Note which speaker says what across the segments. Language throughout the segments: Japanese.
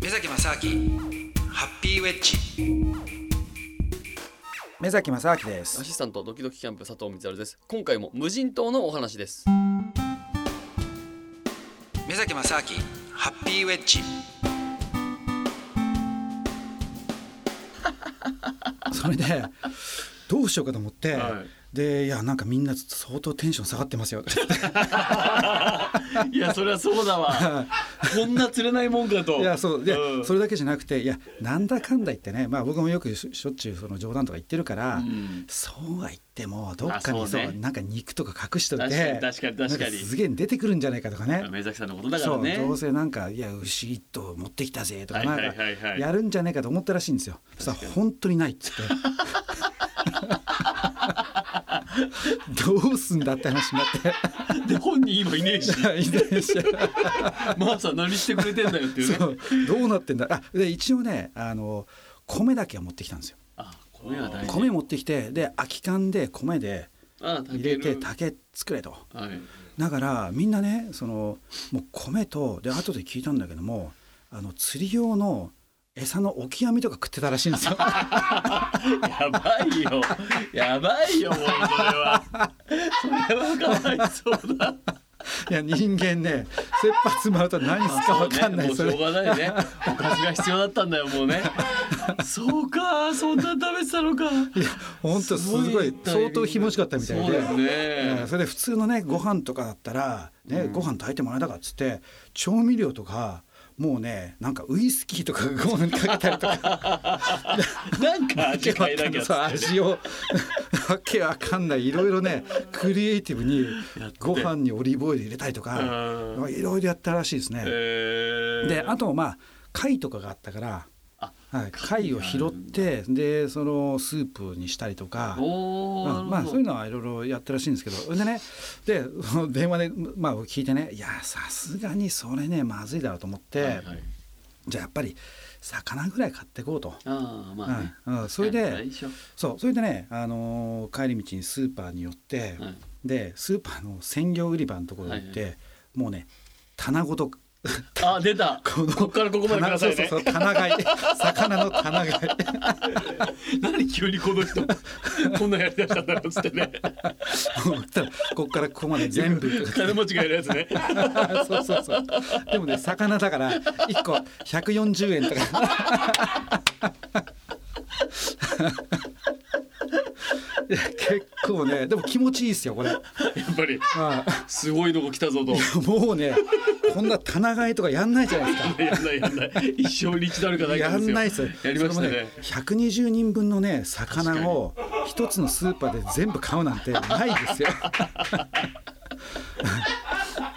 Speaker 1: 目崎正明ハッピーウェッジ目崎正明で
Speaker 2: ア
Speaker 1: す
Speaker 2: シスタントドキドキキャンプ佐藤光晴です今回も無人島のお話です
Speaker 1: 目崎正明ハッピーウェッジそれでどうしようかと思って、
Speaker 2: は
Speaker 1: でいやなんかみんな相当テンション下がってますよ
Speaker 2: いやそりゃそう だわこんな釣れないもんかと
Speaker 1: いやそうで、
Speaker 2: うん
Speaker 1: それだけじゃなくていやなんだかんだ言ってね、まあ、僕もよくししょっちゅうその冗談とか言ってるから、
Speaker 2: ん
Speaker 1: そうは言ってもどっかに
Speaker 2: あ
Speaker 1: そ
Speaker 2: そううね
Speaker 1: なんか肉とか隠しといて
Speaker 2: 確かに確かに確かに
Speaker 1: なんすげえ出てくるんじゃないかとかね。
Speaker 2: 目崎さんのことだから
Speaker 1: そう
Speaker 2: ね
Speaker 1: どうせなんか「いや牛一頭持ってきたぜ」とか
Speaker 2: はい
Speaker 1: なん
Speaker 2: はい
Speaker 1: か
Speaker 2: はいはい
Speaker 1: やるんじゃないかと思ったらしいんですよ。さ本当にないっつっ て。どうすんだって話になって。
Speaker 2: で本人今いねえし
Speaker 1: いないし
Speaker 2: マーさん何してくれてんだよっていうね
Speaker 1: そうどうなってんだあで一応ねあの米だけは持ってきたんですよ
Speaker 2: あ米は大事
Speaker 1: 米持ってきてで空き缶で米で
Speaker 2: あ
Speaker 1: 入れて
Speaker 2: 炊
Speaker 1: 竹作れと
Speaker 2: けるはい
Speaker 1: だからみんなねそのもう米とで後で聞いたんだけどもあの釣り用の餌のオキアミとか食ってたらしいん ですよ
Speaker 2: やばいよやばいよもうそれはそれはかわいそうだ
Speaker 1: いや人間ね切羽詰まると何すか分かんない、
Speaker 2: そう
Speaker 1: そ
Speaker 2: ね、もう
Speaker 1: れ
Speaker 2: しょうがないねおかずが必要だったんだよもうねそうかそんな食べてたのか
Speaker 1: いや本当すごい相当ひもしかったみたい
Speaker 2: そう
Speaker 1: で
Speaker 2: です
Speaker 1: え
Speaker 2: ね
Speaker 1: ーそれで普通のねご飯とかだったら、ねご飯炊いてもらえたからっつって調味料とかもうねなんかウイスキーとかご飯にかけたりとか
Speaker 2: なんか 味変えなきゃ
Speaker 1: そう味を わけわかんないいろいろねクリエイティブに
Speaker 2: やって
Speaker 1: ご飯にオリーブオイル入れたりと
Speaker 2: う
Speaker 1: かいろいろやったらしいですね。
Speaker 2: えー
Speaker 1: であとまあ貝とかがあったから、
Speaker 2: あ
Speaker 1: はい、貝を拾ってでそのスープにしたりとか。
Speaker 2: お
Speaker 1: う
Speaker 2: ー
Speaker 1: ん、まあそういううのはいろいろやったらしいんですけどでねで その電話で、まあ、聞いてねいやさすがにそれねまずいだろうと思って、
Speaker 2: はいはい、
Speaker 1: じゃあやっぱり魚ぐらい買ってこうと、
Speaker 2: ああまあね、
Speaker 1: うんうんそれで
Speaker 2: 最初
Speaker 1: そうそれでね、あのー帰り道にスーパーに寄って、
Speaker 2: はい
Speaker 1: でスーパーの鮮魚売り場のところに行って、
Speaker 2: は
Speaker 1: もうね棚ごと
Speaker 2: あ出たここっからここまでくだ
Speaker 1: 棚
Speaker 2: さ
Speaker 1: そ
Speaker 2: いうね
Speaker 1: そうそう棚 買い魚の棚買い
Speaker 2: 何急にこの人 こんなんやりだしたんだろうっつってね
Speaker 1: もうただここからここまで全部
Speaker 2: 金持ちがやるやつね
Speaker 1: そうそうそう。でもね、魚だから、一個140円とか。 いや結構ね、でも気持ちいいですよ、これ。
Speaker 2: やっぱり
Speaker 1: ああ
Speaker 2: すごいのこ来たぞと
Speaker 1: もうね、こんな棚買いとかやんないじゃないですか。
Speaker 2: やんないやんない一生に一度あるかないか
Speaker 1: や
Speaker 2: ですよ
Speaker 1: んないっすよ。
Speaker 2: やりまし
Speaker 1: そ
Speaker 2: た
Speaker 1: れ
Speaker 2: ね
Speaker 1: もね、120人分のね、魚を一つのスーパーで全部買うなんてないですよ。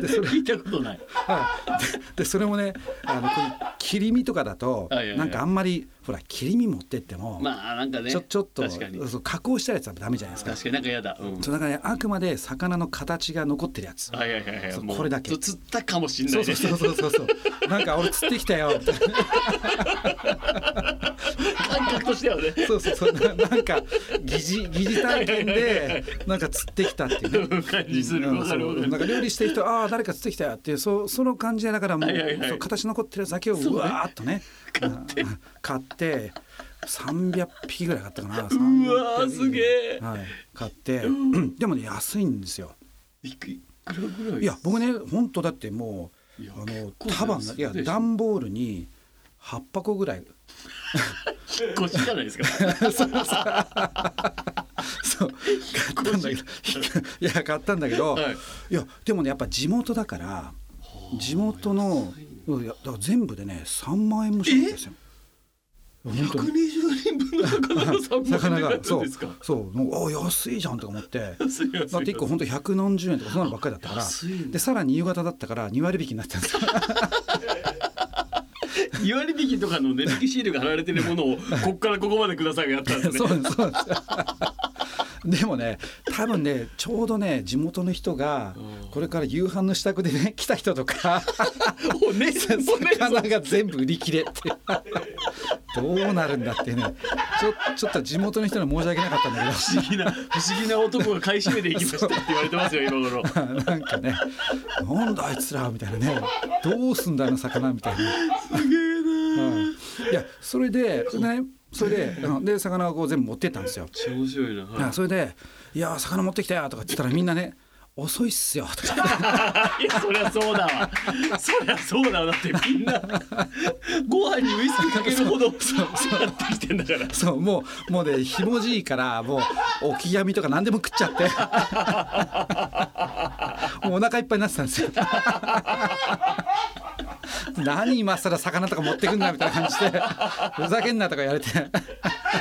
Speaker 1: でそれ
Speaker 2: 聞いたことない
Speaker 1: はい、ででそれもねあのこの切り身とかだと
Speaker 2: はいはいはい
Speaker 1: なんかあんまりほら切り身持ってっても、
Speaker 2: まあなんかね
Speaker 1: ちょちょっと
Speaker 2: 確かに
Speaker 1: そう加工したやつはダメじゃないですか
Speaker 2: 確かになんかやだうん
Speaker 1: そうだから、ね、あくまで魚の形が残ってるやつ、
Speaker 2: はいはいはいは
Speaker 1: そ
Speaker 2: いうもう
Speaker 1: これだけ
Speaker 2: つ釣ったかもしんな
Speaker 1: そ
Speaker 2: いうね
Speaker 1: そうそうそうそうそうなんか俺釣ってきたよみたいな
Speaker 2: 感覚としてはね
Speaker 1: そうそうそうななんか疑似疑似体験でなんか釣ってきたっていうね
Speaker 2: うん感じする
Speaker 1: うん
Speaker 2: わかる
Speaker 1: そ
Speaker 2: わ
Speaker 1: う
Speaker 2: かる
Speaker 1: なんか料理してる人ああ誰か釣ってきたよっていうそうその感じでだからもう,、
Speaker 2: はいはいはい
Speaker 1: そう形残ってるやつだけを
Speaker 2: そう
Speaker 1: う
Speaker 2: ね
Speaker 1: わーっとね買って買って300匹ぐらい買ったかなう
Speaker 2: うわーすげえ
Speaker 1: はい、買って、うん でもね安いんですよ
Speaker 2: いくいくらぐらい
Speaker 1: いや僕ね本当だってもう
Speaker 2: いや
Speaker 1: あの
Speaker 2: 結構
Speaker 1: 束
Speaker 2: 安
Speaker 1: ないいや
Speaker 2: でしょ
Speaker 1: 段ボールに8箱ぐらい
Speaker 2: 引っ越しじゃないですか
Speaker 1: そう買ったんだけど いや買ったんだけど、
Speaker 2: はい
Speaker 1: い、やでもねやっぱ地元だから地元のいやだから全部でね3万円もしたんですよ。本当に
Speaker 2: 120人分の魚の三本
Speaker 1: 魚
Speaker 2: で買
Speaker 1: が
Speaker 2: っ
Speaker 1: そ
Speaker 2: たん
Speaker 1: う
Speaker 2: ですか
Speaker 1: そうもうあ安いじゃんとか思ってだって
Speaker 2: 安い安い
Speaker 1: 1個本当百何十円とかそんなのばっかりだったから
Speaker 2: 安いね
Speaker 1: でさらに夕方だったから2割引きになったんですよ
Speaker 2: 2割引きとかの値 引きシールが貼られてるものをこっからここまでくださいをやったんですね
Speaker 1: そうなんですそうなんですでもね多分ねちょうどね地元の人が
Speaker 2: うん
Speaker 1: これから夕飯の支度でね来た人とか
Speaker 2: お姉さん それ
Speaker 1: 魚が全部売り切れってどうなるんだってねちょちょっと地元の人には申し訳なかったんだ
Speaker 2: 不思議な不思議な男が買い占めていきましたって言われてますよ今頃
Speaker 1: けど なんかねなんだあいつらみたいなねどうすんだあの魚みたいな。
Speaker 2: すげえな
Speaker 1: うんいやそれで、ね、それであので魚をこう全部持ってったんですよ。
Speaker 2: 面白いな、
Speaker 1: あそれで「いやー魚持ってきたよ」とか言ってたらみんなね「遅いっすよ」とか
Speaker 2: い、やそりゃそうだわそりゃそうだわだってみんなご飯にウイスキーかけるほどやってきてんだから
Speaker 1: そうもうもうねひもじいからもうオキヤミとか何でも食っちゃって もうお腹いっぱいになってたんですよ。何今更魚とか持ってくんなみたいな感じでふざけんなとか言われて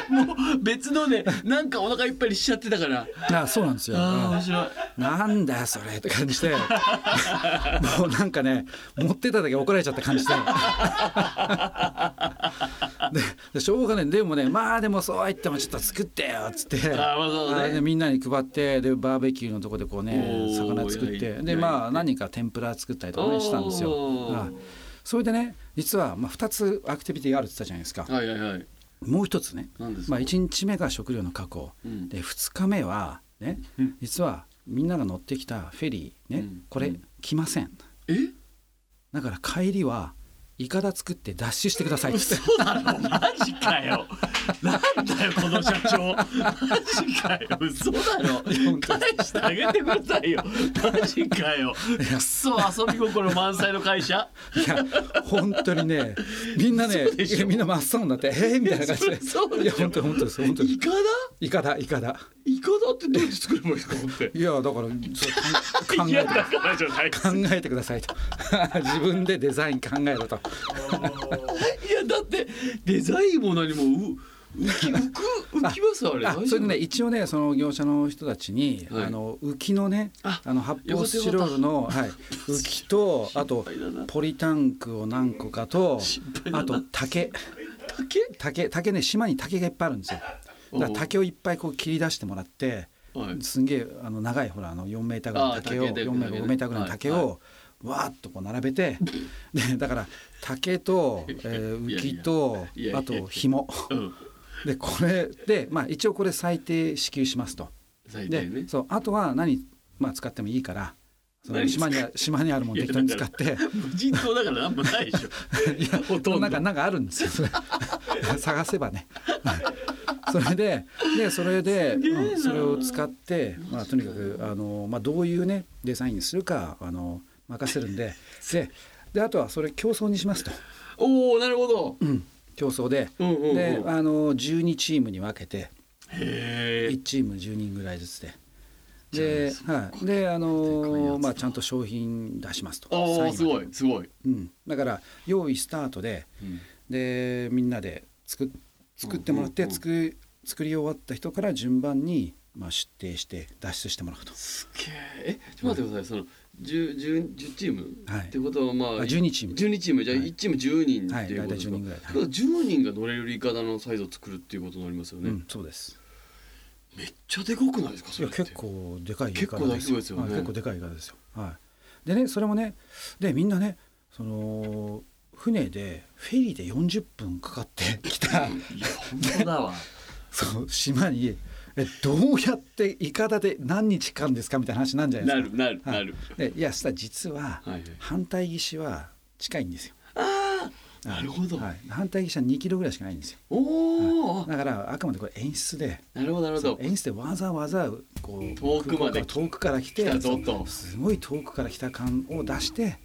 Speaker 2: もう別のねなんかお腹いっぱいにしちゃってたから
Speaker 1: あそうなんですよ。
Speaker 2: ああ面白い
Speaker 1: なんだよそれって感じでもうなんかね持ってただけ怒られちゃった感じでででしょうがないでもねまあでもそうは言ってもちょっと作ってよっつって
Speaker 2: あーまあそうね
Speaker 1: あれでみんなに配ってでバーベキューのとこでこうね
Speaker 2: おー
Speaker 1: 魚作っ
Speaker 2: いや
Speaker 1: て
Speaker 2: いや
Speaker 1: でまあ何か天ぷら作ったりとかねしたんですよ。
Speaker 2: おー
Speaker 1: はいそれでね実はまあ2つアクティビティがあるって言ったじゃないですか
Speaker 2: はいはいはい
Speaker 1: もう一つね、
Speaker 2: 何ですか、
Speaker 1: まあ、1日目が食料の確保、
Speaker 2: うん
Speaker 1: で2日目はね、
Speaker 2: うん
Speaker 1: 実はみんなが乗ってきたフェリーね、
Speaker 2: うん
Speaker 1: これ、
Speaker 2: うん
Speaker 1: 来ません
Speaker 2: え
Speaker 1: だから帰りはイカダ作って脱出してくださいっつって
Speaker 2: 嘘だろマジかよなんだよこの社長マジかよ嘘だろ返してあげてくださいよマジかよくそ遊び心満載の会社
Speaker 1: いや本当にねみんなね
Speaker 2: 嘘でしょ
Speaker 1: いやみんな真っ青になって「えー、みたいな感じで
Speaker 2: そそ
Speaker 1: い
Speaker 2: うで
Speaker 1: や
Speaker 2: しょ
Speaker 1: 本当本当です本当に
Speaker 2: イカだ
Speaker 1: イカダイカダ
Speaker 2: イカだってどうやって作ればいいですか思って
Speaker 1: いやだからそう考
Speaker 2: い
Speaker 1: え
Speaker 2: や
Speaker 1: て
Speaker 2: だからじゃない
Speaker 1: 考えてくださいと 自分でデザイン考えろと
Speaker 2: いやだってデザインも何もう浮き浮く浮きますあれ
Speaker 1: あ
Speaker 2: 大丈夫
Speaker 1: それでね一応ねその業者の人たちに、
Speaker 2: はい
Speaker 1: あの浮きのね
Speaker 2: あ
Speaker 1: あの発泡スチロールの、はい、浮きとあと
Speaker 2: 配だな
Speaker 1: ポリタンクを何個かと
Speaker 2: 心配だな
Speaker 1: あと竹
Speaker 2: 竹
Speaker 1: 竹竹ね島に竹がいっぱいあるんですよだから竹をいっぱいこう切り出してもらって
Speaker 2: はい
Speaker 1: すんげえあの長いほらあの4メーターぐらいの竹を
Speaker 2: あ竹で
Speaker 1: 4メーター5メーターぐらいの竹
Speaker 2: はい
Speaker 1: をわーっとこう並べてでだから竹と、えー浮
Speaker 2: いやいや
Speaker 1: きと
Speaker 2: いやいや
Speaker 1: あと紐
Speaker 2: うん
Speaker 1: でこれで、まあ、一応これ最低支給しますと。
Speaker 2: 最
Speaker 1: で、
Speaker 2: 低ね
Speaker 1: そうあとは何、まあ、使ってもいいからその
Speaker 2: 何
Speaker 1: 島にあ島にあるもん適当に使っていや
Speaker 2: 無人島だからなんもないでしょほとんど
Speaker 1: なんかなんかあるんですよそれ 探せばね。それででそれで、
Speaker 2: げえな
Speaker 1: うんそれを使って、まあ、とにかくあの、まあ、どういうねデザインにするかあの任せるんででであとはそれ競争にしますと、
Speaker 2: おおなるほど
Speaker 1: うん競争で。
Speaker 2: うんうんうん
Speaker 1: であの12チームに分けて
Speaker 2: へえ
Speaker 1: 1チーム10人ぐらいずつで。で
Speaker 2: じ、
Speaker 1: はい、であ
Speaker 2: でかいやつ
Speaker 1: の
Speaker 2: だ
Speaker 1: まあちゃんと商品出しますと。
Speaker 2: あ
Speaker 1: サイン
Speaker 2: あすごいすごい、
Speaker 1: うん、だから用意スタートででみんなで作っ作ってもらって、
Speaker 2: うんうんうん
Speaker 1: 作作り終わった人から順番に、まあ、出廷して脱出してもらうと。
Speaker 2: すっげええちょっと待ってください、その 10, 10, 10チーム、
Speaker 1: はい
Speaker 2: ってことはまあ
Speaker 1: あ12チーム
Speaker 2: 12チームじゃあ
Speaker 1: はい
Speaker 2: 1チーム10人っていうことですか、
Speaker 1: はい大体10人ぐらいはい
Speaker 2: だから10人が乗れるイカダのサイズを作るっていうことになりますよね、
Speaker 1: うん、そうです。
Speaker 2: めっちゃでかくないですか
Speaker 1: い
Speaker 2: それ
Speaker 1: や
Speaker 2: って
Speaker 1: 結構でかいイカダ
Speaker 2: 結構大きいですよね
Speaker 1: はい、結構でかいイカダですよ。はい。でね、それもね、でみんなね、その船でフェリーで40分かかってきた。
Speaker 2: いや本当だ わ
Speaker 1: そう島にえどうやってイカダで何日間ですかみたいな話なんじゃな
Speaker 2: ない
Speaker 1: です
Speaker 2: るなる
Speaker 1: か。
Speaker 2: なる、
Speaker 1: はい、でいやさ実は
Speaker 2: はいはい
Speaker 1: 反対岸は近いんですよ。
Speaker 2: ああなるほど、
Speaker 1: はい、反対岸は2キロぐらいしかないんですよ。
Speaker 2: おお、
Speaker 1: だからあくまでこれ演出で。
Speaker 2: なるほどなるほど
Speaker 1: 演出でわざわざこう
Speaker 2: 遠くま
Speaker 1: 空港か
Speaker 2: で
Speaker 1: ら遠くから来て
Speaker 2: 来たぞと
Speaker 1: すごい遠くから来た感を出してや
Speaker 2: 考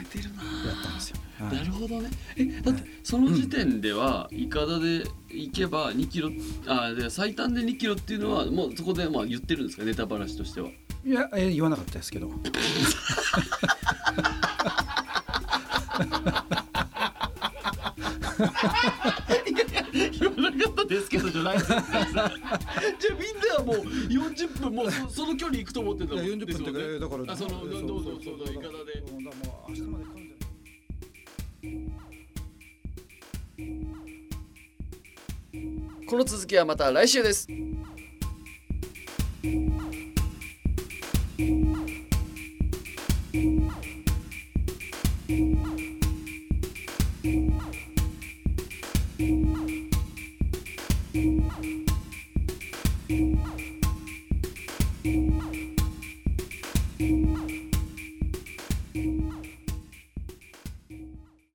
Speaker 2: えてるな
Speaker 1: ったんですよ。はい
Speaker 2: なるほどね。え、だってその時点では、いかだで行けば2キロ、あ、で最短で2キロっていうのはもうそこでまあ言ってるんですかネタバラシとしては。
Speaker 1: いや、えー言わなかったですけど。
Speaker 2: 言わなかったですけどじゃない です。じゃあみんなはもう40分もうそその距離行くと思ってたもん
Speaker 1: 40
Speaker 2: です
Speaker 1: 分と
Speaker 2: もん
Speaker 1: か、
Speaker 2: ね
Speaker 1: だから
Speaker 2: あそのどうぞどうぞどうぞいかだで。
Speaker 1: 明日まで混んでる
Speaker 2: この続きはまた来週です